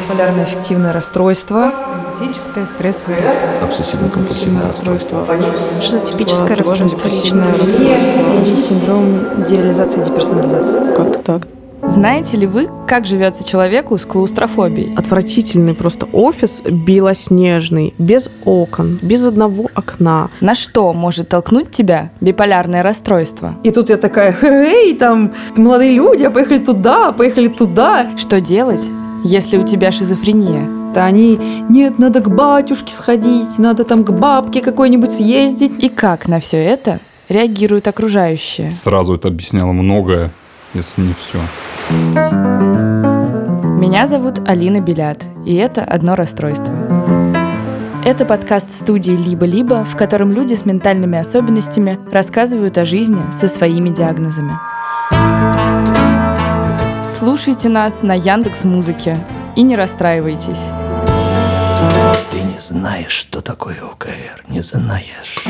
Биполярное эффективное расстройство. Психотическое стрессовое расстройство. Обсессивно-компульсивное расстройство. Шизотипическое расстройство личности. И синдром дереализации и деперсонализации. Как-то так. Знаете ли вы, как живется человеку с клаустрофобией? Отвратительный просто офис, белоснежный, без окон, без одного окна. На что может толкнуть тебя биполярное расстройство? И тут я такая, эй, там молодые люди, а поехали туда, поехали туда. Что делать, если у тебя шизофрения? Да они, нет, надо к батюшке сходить, надо там к бабке какой-нибудь съездить. И как на все это реагируют окружающие? Сразу это объясняло многое, если не все. Меня зовут Алина Белят, и это «Одно расстройство». Это подкаст студии «Либо-либо», в котором люди с ментальными особенностями рассказывают о жизни со своими диагнозами. Слушайте нас на Яндекс Музыке и не расстраивайтесь. Ты не знаешь, что такое ОКР, не знаешь.